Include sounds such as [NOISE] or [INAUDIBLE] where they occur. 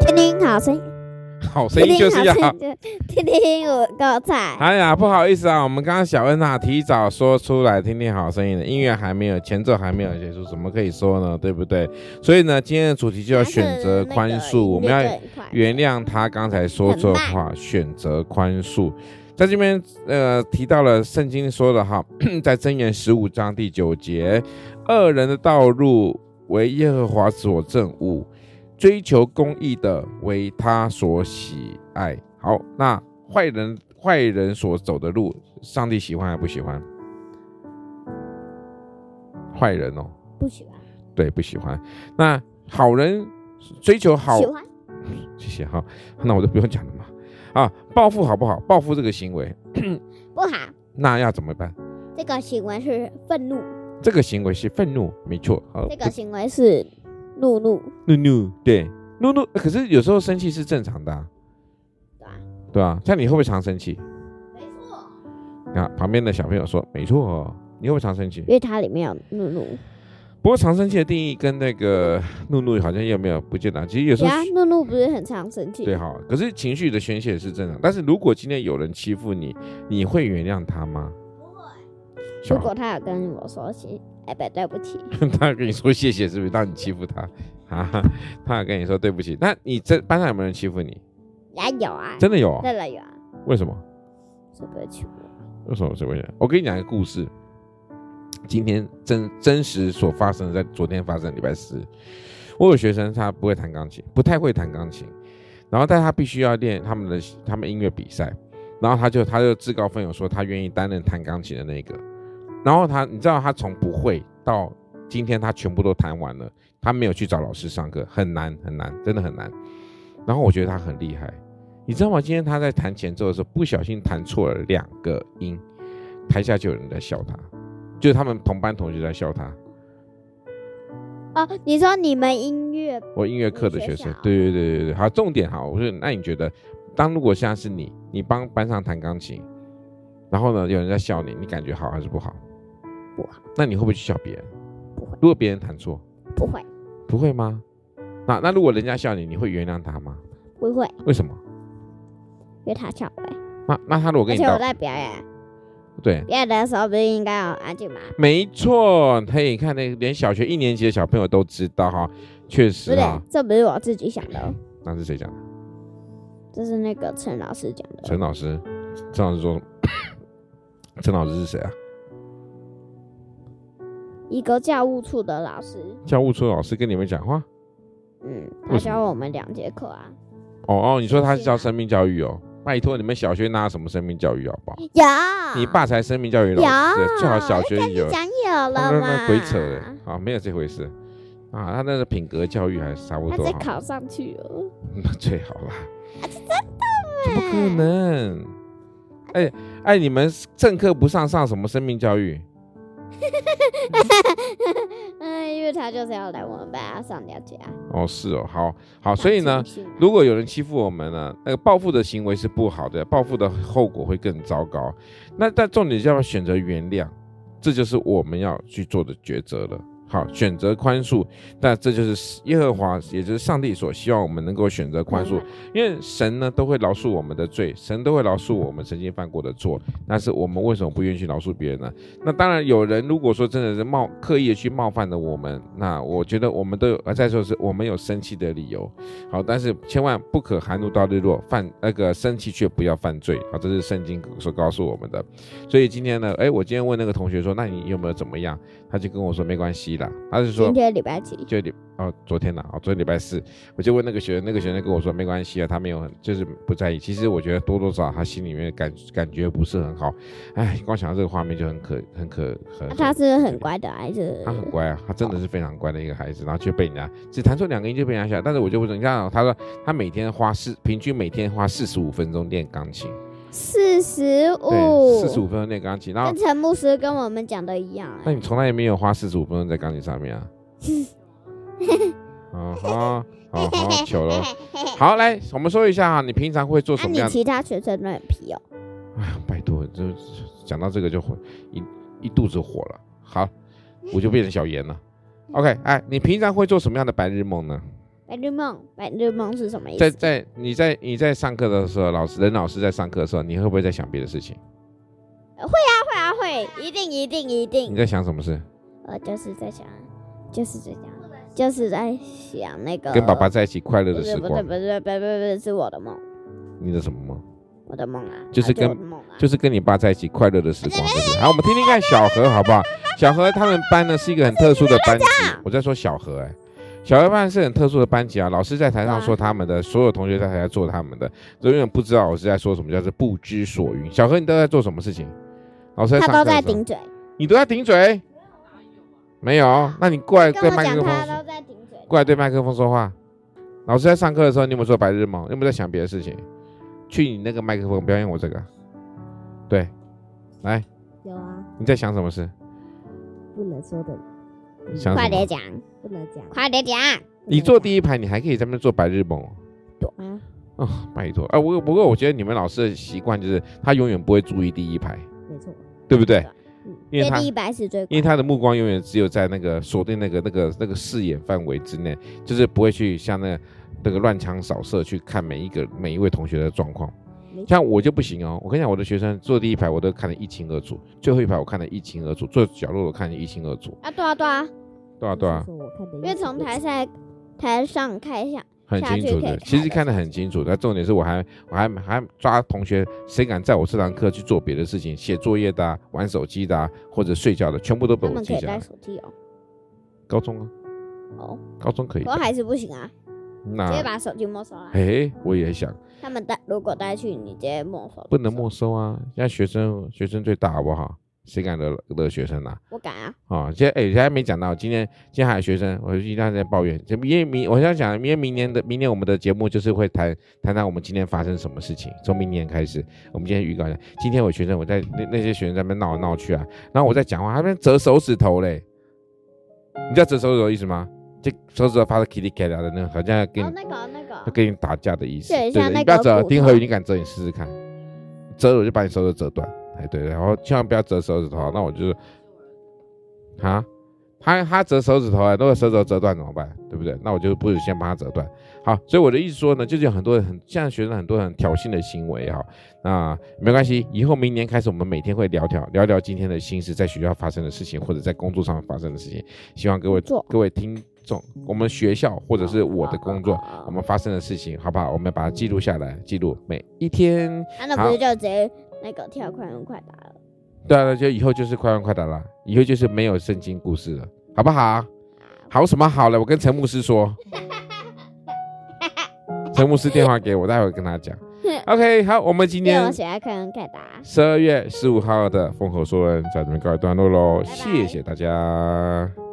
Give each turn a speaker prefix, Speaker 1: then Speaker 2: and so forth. Speaker 1: 听听好声音，
Speaker 2: [LAUGHS] 好声音就是要
Speaker 1: 听听好声音就听听我够菜。
Speaker 2: 哎呀，不好意思啊，我们刚刚小恩啊提早说出来听听好声音的音乐还没有，前奏还没有结束，怎么可以说呢？对不对？所以呢，今天的主题就要选择宽恕，我们要原谅他刚才说错话，选择宽恕。在这边，呃，提到了圣经说的哈， [COUGHS] 在箴言十五章第九节，恶人的道路为耶和华所憎恶，追求公义的为他所喜爱。好，那坏人坏人所走的路，上帝喜欢还不喜欢？坏人哦，
Speaker 1: 不喜欢，
Speaker 2: 对，不喜欢。那好人追求好
Speaker 1: 喜欢
Speaker 2: 谢谢哈， [LAUGHS] 那我就不用讲了嘛。啊，报复好不好？报复这个行为，
Speaker 1: 不好。
Speaker 2: 那要怎么办？
Speaker 1: 这个行为是愤怒，
Speaker 2: 这个行为是愤怒，没错。好，
Speaker 1: 这个行为是怒怒，
Speaker 2: 怒怒，对，怒怒。可是有时候生气是正常的、啊，
Speaker 1: 对啊吧？
Speaker 2: 对吧、像你会不会常生气？
Speaker 1: 没错，
Speaker 2: 啊，旁边的小朋友说，没错、哦，你会不会常生气
Speaker 1: 因？为它里面有怒怒。
Speaker 2: 不过常生气的定义跟那个怒怒好像也没有不见得。其实有时
Speaker 1: 对
Speaker 2: 候
Speaker 1: 啊，怒怒不是很常生气？
Speaker 2: 对哈，可是情绪的宣泄是正常。但是如果今天有人欺负你，你会原谅他吗？
Speaker 1: 如
Speaker 2: 小
Speaker 1: 果他有跟我说谢，哎不，对不起，
Speaker 2: [LAUGHS] 他跟你说谢谢，是不是？让你欺负他啊？他跟你说对不起，那你这班上有没有人欺负你？
Speaker 1: 也有啊，
Speaker 2: 真的有、啊？
Speaker 1: 再来有啊，
Speaker 2: 为什么？
Speaker 1: 是对不起我，
Speaker 2: 为什么是为什么？我跟你讲一个故事，今天真真实所发生的，在昨天发生，礼拜四，我有学生他不会弹钢琴，不太会弹钢琴，然后但他必须要练他们的他们音乐比赛，然后他就他就自告奋勇说他愿意担任弹钢琴的那个，然后他你知道他从不会到今天他全部都弹完了，他没有去找老师上课，很难很难，真的很难。然后我觉得他很厉害，你知道吗？今天他在弹前奏的时候，不小心弹错了两个音，台下就有人在笑他，就是他们同班同学在笑他。
Speaker 1: 哦，你说你们音乐
Speaker 2: 我音乐课的学生
Speaker 1: 学校，
Speaker 2: 对对对对对，好，重点好，我说那你觉得，当如果现在是你，你帮班上弹钢琴，然后呢有人在笑你，你感觉好还是不好？
Speaker 1: 不好，
Speaker 2: 那你会不会去笑别人？
Speaker 1: 不会
Speaker 2: 如果别人弹错，
Speaker 1: 不会，
Speaker 2: 不会吗？那那如果人家笑你，你会原谅他吗？
Speaker 1: 不会，
Speaker 2: 为什么？
Speaker 1: 因为他笑我欸，
Speaker 2: 那那他如果
Speaker 1: 而
Speaker 2: 跟你
Speaker 1: 且我
Speaker 2: 道
Speaker 1: 在表演，
Speaker 2: 对，
Speaker 1: 表演的时候不是应该要安静吗？
Speaker 2: 没错，嘿，你看那个连小学一年级的小朋友都知道哈，确
Speaker 1: 不
Speaker 2: 实
Speaker 1: 对
Speaker 2: 啊，，
Speaker 1: 这不是我自己想的哦，
Speaker 2: 那是谁讲的？
Speaker 1: 这是那个陈老师讲的
Speaker 2: 陈
Speaker 1: 哦。
Speaker 2: 老师，陈老师说，陈老师是谁啊？
Speaker 1: 一个教务处的老师，
Speaker 2: 教务处老师跟你们讲话？
Speaker 1: 嗯，他
Speaker 2: 为什么
Speaker 1: 教我们两节课啊，
Speaker 2: 哦哦，你说他是
Speaker 1: 是啊
Speaker 2: 教生命教育哦？拜托你们小学哪有什么生命教育好不好？
Speaker 1: 有
Speaker 2: 你爸才生命教育老师，啊
Speaker 1: 有
Speaker 2: 最好小学有。哦
Speaker 1: 讲有
Speaker 2: 那
Speaker 1: 了
Speaker 2: 那
Speaker 1: 嘛？
Speaker 2: 那鬼扯的啊，没有这回事啊，他那个品格教育还差不
Speaker 1: 他
Speaker 2: 多
Speaker 1: 再
Speaker 2: 哈，
Speaker 1: 考上去哦了，
Speaker 2: [LAUGHS] 那最好啦。
Speaker 1: 怎
Speaker 2: 不可
Speaker 1: [LAUGHS]
Speaker 2: 能！哎哎，你们政课不上，上什么生命教育？
Speaker 1: 嗯，因为他就是要来我们班上两节啊。
Speaker 2: 哦，是哦，好好，所以呢
Speaker 1: 上，进心啊，
Speaker 2: 如果有人欺负我们呢，那个报复的行为是不好的，报复的后果会更糟糕。那但重点是要选择原谅，这就是我们要去做的抉择了。好，选择宽恕，那这就是耶和华，也就是上帝所希望我们能够选择宽
Speaker 1: 嗯
Speaker 2: 恕。因为神呢都会饶恕我们的罪，神都会饶恕我们曾经犯过的错，但是我们为什么不愿意去饶恕别人呢？那当然，有人如果说真的是冒刻意的去冒犯了我们，那我觉得我们都有，呃再说是我们有生气的理由，好，但是千万不可含怒到日落，犯那个生气却不要犯罪，好，这是圣经所告诉我们的。所以今天呢，哎，我今天问那个同学说，那你有没有怎么样？他就跟我说没关系啦，他是说
Speaker 1: 今天礼拜几？啊
Speaker 2: 就礼哦，昨天呐、哦，昨天礼拜四，我就问那个学生，那个学生跟我说没关系啊，他没有很就是不在意。其实我觉得多多少少他心里面感感觉不是很好，哎，光想到这个画面就很可很可很
Speaker 1: 啊
Speaker 2: 很。
Speaker 1: 他是很乖的还是？
Speaker 2: 嗯他很乖啊，他真的是非常乖的一个孩子，然后却被人家只弹错两个音就被人家笑。但是我就不知道，你看哦、他说他每天花四平均每天花四十五分钟练钢琴，
Speaker 1: 四十
Speaker 2: 对，
Speaker 1: 五，
Speaker 2: 四十五分钟练钢琴，然后
Speaker 1: 跟陈牧师跟我们讲的一样
Speaker 2: 那
Speaker 1: 欸。
Speaker 2: 你从来也没有花四十五分钟在钢琴上面啊？啊哈，好好糗
Speaker 1: [LAUGHS]
Speaker 2: 了。好，来，我们说一下哈，啊你平常会做
Speaker 1: 那
Speaker 2: 什么
Speaker 1: 你
Speaker 2: 样的？
Speaker 1: 其他学生都很皮哦。
Speaker 2: 啊拜托，就讲到这个就火一一肚子火了。好，我就变成小严了。OK，哎，你平常会做什么样的白日梦呢？
Speaker 1: 白日梦，白日梦是什么意
Speaker 2: 在
Speaker 1: 思？
Speaker 2: 在你在你在上课的时候，老师任老师在上课的时候，你会不会在想别的事情？
Speaker 1: 会啊会，一定一定一
Speaker 2: 你
Speaker 1: 定。
Speaker 2: 在想什么事？
Speaker 1: 我就是在想，就是在想，就是在想那个
Speaker 2: 跟爸爸在一起快乐
Speaker 1: 不
Speaker 2: 的
Speaker 1: 是
Speaker 2: 时
Speaker 1: 不是
Speaker 2: 光
Speaker 1: 不，是不是不是是我的梦，
Speaker 2: 你的什么梦？
Speaker 1: 我的梦啊，
Speaker 2: 就是
Speaker 1: 啊
Speaker 2: 跟
Speaker 1: 我的梦啊，
Speaker 2: 就是跟你爸在一起快乐的时光，对不对？好，我们听听看小何好不好？小何他们班呢是一个很特殊的班级，我在说小何哎、小何班是很特殊的班级啊，老师在台上说他们的，所有同学在台下做他们的，都永远不知道我是在说什么，叫做不知所云。小何，你都在做什么事情？老师在
Speaker 1: 他
Speaker 2: 上课
Speaker 1: 都
Speaker 2: 的时
Speaker 1: 在
Speaker 2: 候
Speaker 1: 顶嘴，
Speaker 2: 你都在顶嘴？没有，那你过来
Speaker 1: 跟
Speaker 2: 对
Speaker 1: 我
Speaker 2: 麦克
Speaker 1: 讲他
Speaker 2: 风，
Speaker 1: 都在顶嘴。
Speaker 2: 过来对麦克风说话。老师在上课的时候，你有没有做白日梦？有没有在想别的事情？去你那个麦克风，不要用我这个。对，来，
Speaker 3: 有啊，
Speaker 2: 你在想什么事？
Speaker 3: 不能说的，
Speaker 2: 想
Speaker 1: 快
Speaker 2: 什
Speaker 1: 点
Speaker 2: 么？
Speaker 1: 讲，
Speaker 3: 不能讲。
Speaker 1: 快点讲。
Speaker 2: 你
Speaker 1: 嗯
Speaker 2: 坐第一排，你还可以在那边做白日梦哦
Speaker 1: 对啊，
Speaker 2: 哦，拜托啊！我不过我觉得你们老师的习惯就是他永远不会注意第一排，
Speaker 3: 没错，
Speaker 2: 对不
Speaker 1: 啊
Speaker 2: 对？
Speaker 3: 嗯
Speaker 2: 因为他
Speaker 1: 第一排是最
Speaker 2: 因为他的目光永远只有在那个锁定那个那个那个视野范围之内，就是不会去像那个那个乱枪扫射去看每一个每一位同学的状况。
Speaker 3: 没错，
Speaker 2: 像我就不行哦，我跟你讲，我的学生坐第一排我都看得一清二楚，最后一排我看得一清二楚，坐角落我看得一清二楚。
Speaker 1: 啊，对啊对啊，
Speaker 2: 对啊，对啊啊
Speaker 3: 就是，说我看的，因
Speaker 1: 因为从台下台上看一下，
Speaker 2: 很
Speaker 1: 下
Speaker 2: 清
Speaker 1: 去
Speaker 2: 楚
Speaker 1: 可以
Speaker 2: 的，
Speaker 1: 看
Speaker 2: 其实
Speaker 1: 得
Speaker 2: 看得很清楚。但重点是我还我还还抓同学，谁敢在我这堂课去做别的事情，写作业的、啊、玩手机的、啊、或者睡觉的，全部都被
Speaker 1: 他
Speaker 2: 我
Speaker 1: 们可
Speaker 2: 记
Speaker 1: 以
Speaker 2: 下
Speaker 1: 带
Speaker 2: 来。
Speaker 1: 手机哦。
Speaker 2: 高中啊，
Speaker 1: 哦，
Speaker 2: 高中可以
Speaker 1: 可。还是不行啊，直接
Speaker 2: 那
Speaker 1: 把手机没收了。啊
Speaker 2: 嘿，我也想，
Speaker 1: 他们带如果带去，你直接没收。
Speaker 2: 不能没。收啊！现在学生学生最大好不好？谁敢惹惹学生啊？
Speaker 1: 我敢啊，
Speaker 2: 啊、现在哎，人家还没讲到，今天今天还有学生，我就一大在抱怨。这因为明，我想讲，因为明年的明年我们的节目就是会谈谈谈我们今天发生什么事情。从明年开始，我们今天预告一下，今天我学生我在那那些学生在那边闹来闹去啊，然后我在讲话，他们折手指头嘞。你知道折手指头的意思吗？就手指头发出 kitty k i 的那个，好像要跟你
Speaker 1: 哦那个那
Speaker 2: 要
Speaker 1: 个，
Speaker 2: 跟你打架的意思。
Speaker 1: 对
Speaker 2: 对
Speaker 1: 像
Speaker 2: 对，
Speaker 1: 那
Speaker 2: 你不要
Speaker 1: 个
Speaker 2: 折，
Speaker 1: 骨
Speaker 2: 丁和宇，
Speaker 1: 头
Speaker 2: 你敢折你试试看，折了我就把你手指折断。哎，对，然后千万不要折手指头，那我就是，啊，他他折手指头啊，如果手指头折断怎么办？对不对？那我就不如先帮他折断。好，所以我的意思说呢，就是有很多很像学生很多很挑衅的行为哈，那没关系，以后明年开始我们每天会聊聊聊聊今天的心事，在学校发生的事情或者在工作上发生的事情，希望各位
Speaker 1: 做
Speaker 2: 各位听众，我们学校或者是我的工作
Speaker 1: 哦哦哦
Speaker 2: 我们发生的事情，好不好？我们把它记录下来，记录每一天。
Speaker 1: 啊那不是就直接那个跳快问快答了？
Speaker 2: 对啊，就以后就是快问快答啦，以后就是没有圣经故事了，好不好？好什么好了？我跟陈牧师说，陈牧师电话给我，待会儿跟他讲。OK，好，我们今
Speaker 1: 因为我
Speaker 2: 天
Speaker 1: 喜欢快问快答。
Speaker 2: 十二月十五号的《风口说文》在这边告一段落喽，
Speaker 1: 拜拜
Speaker 2: 谢谢大家。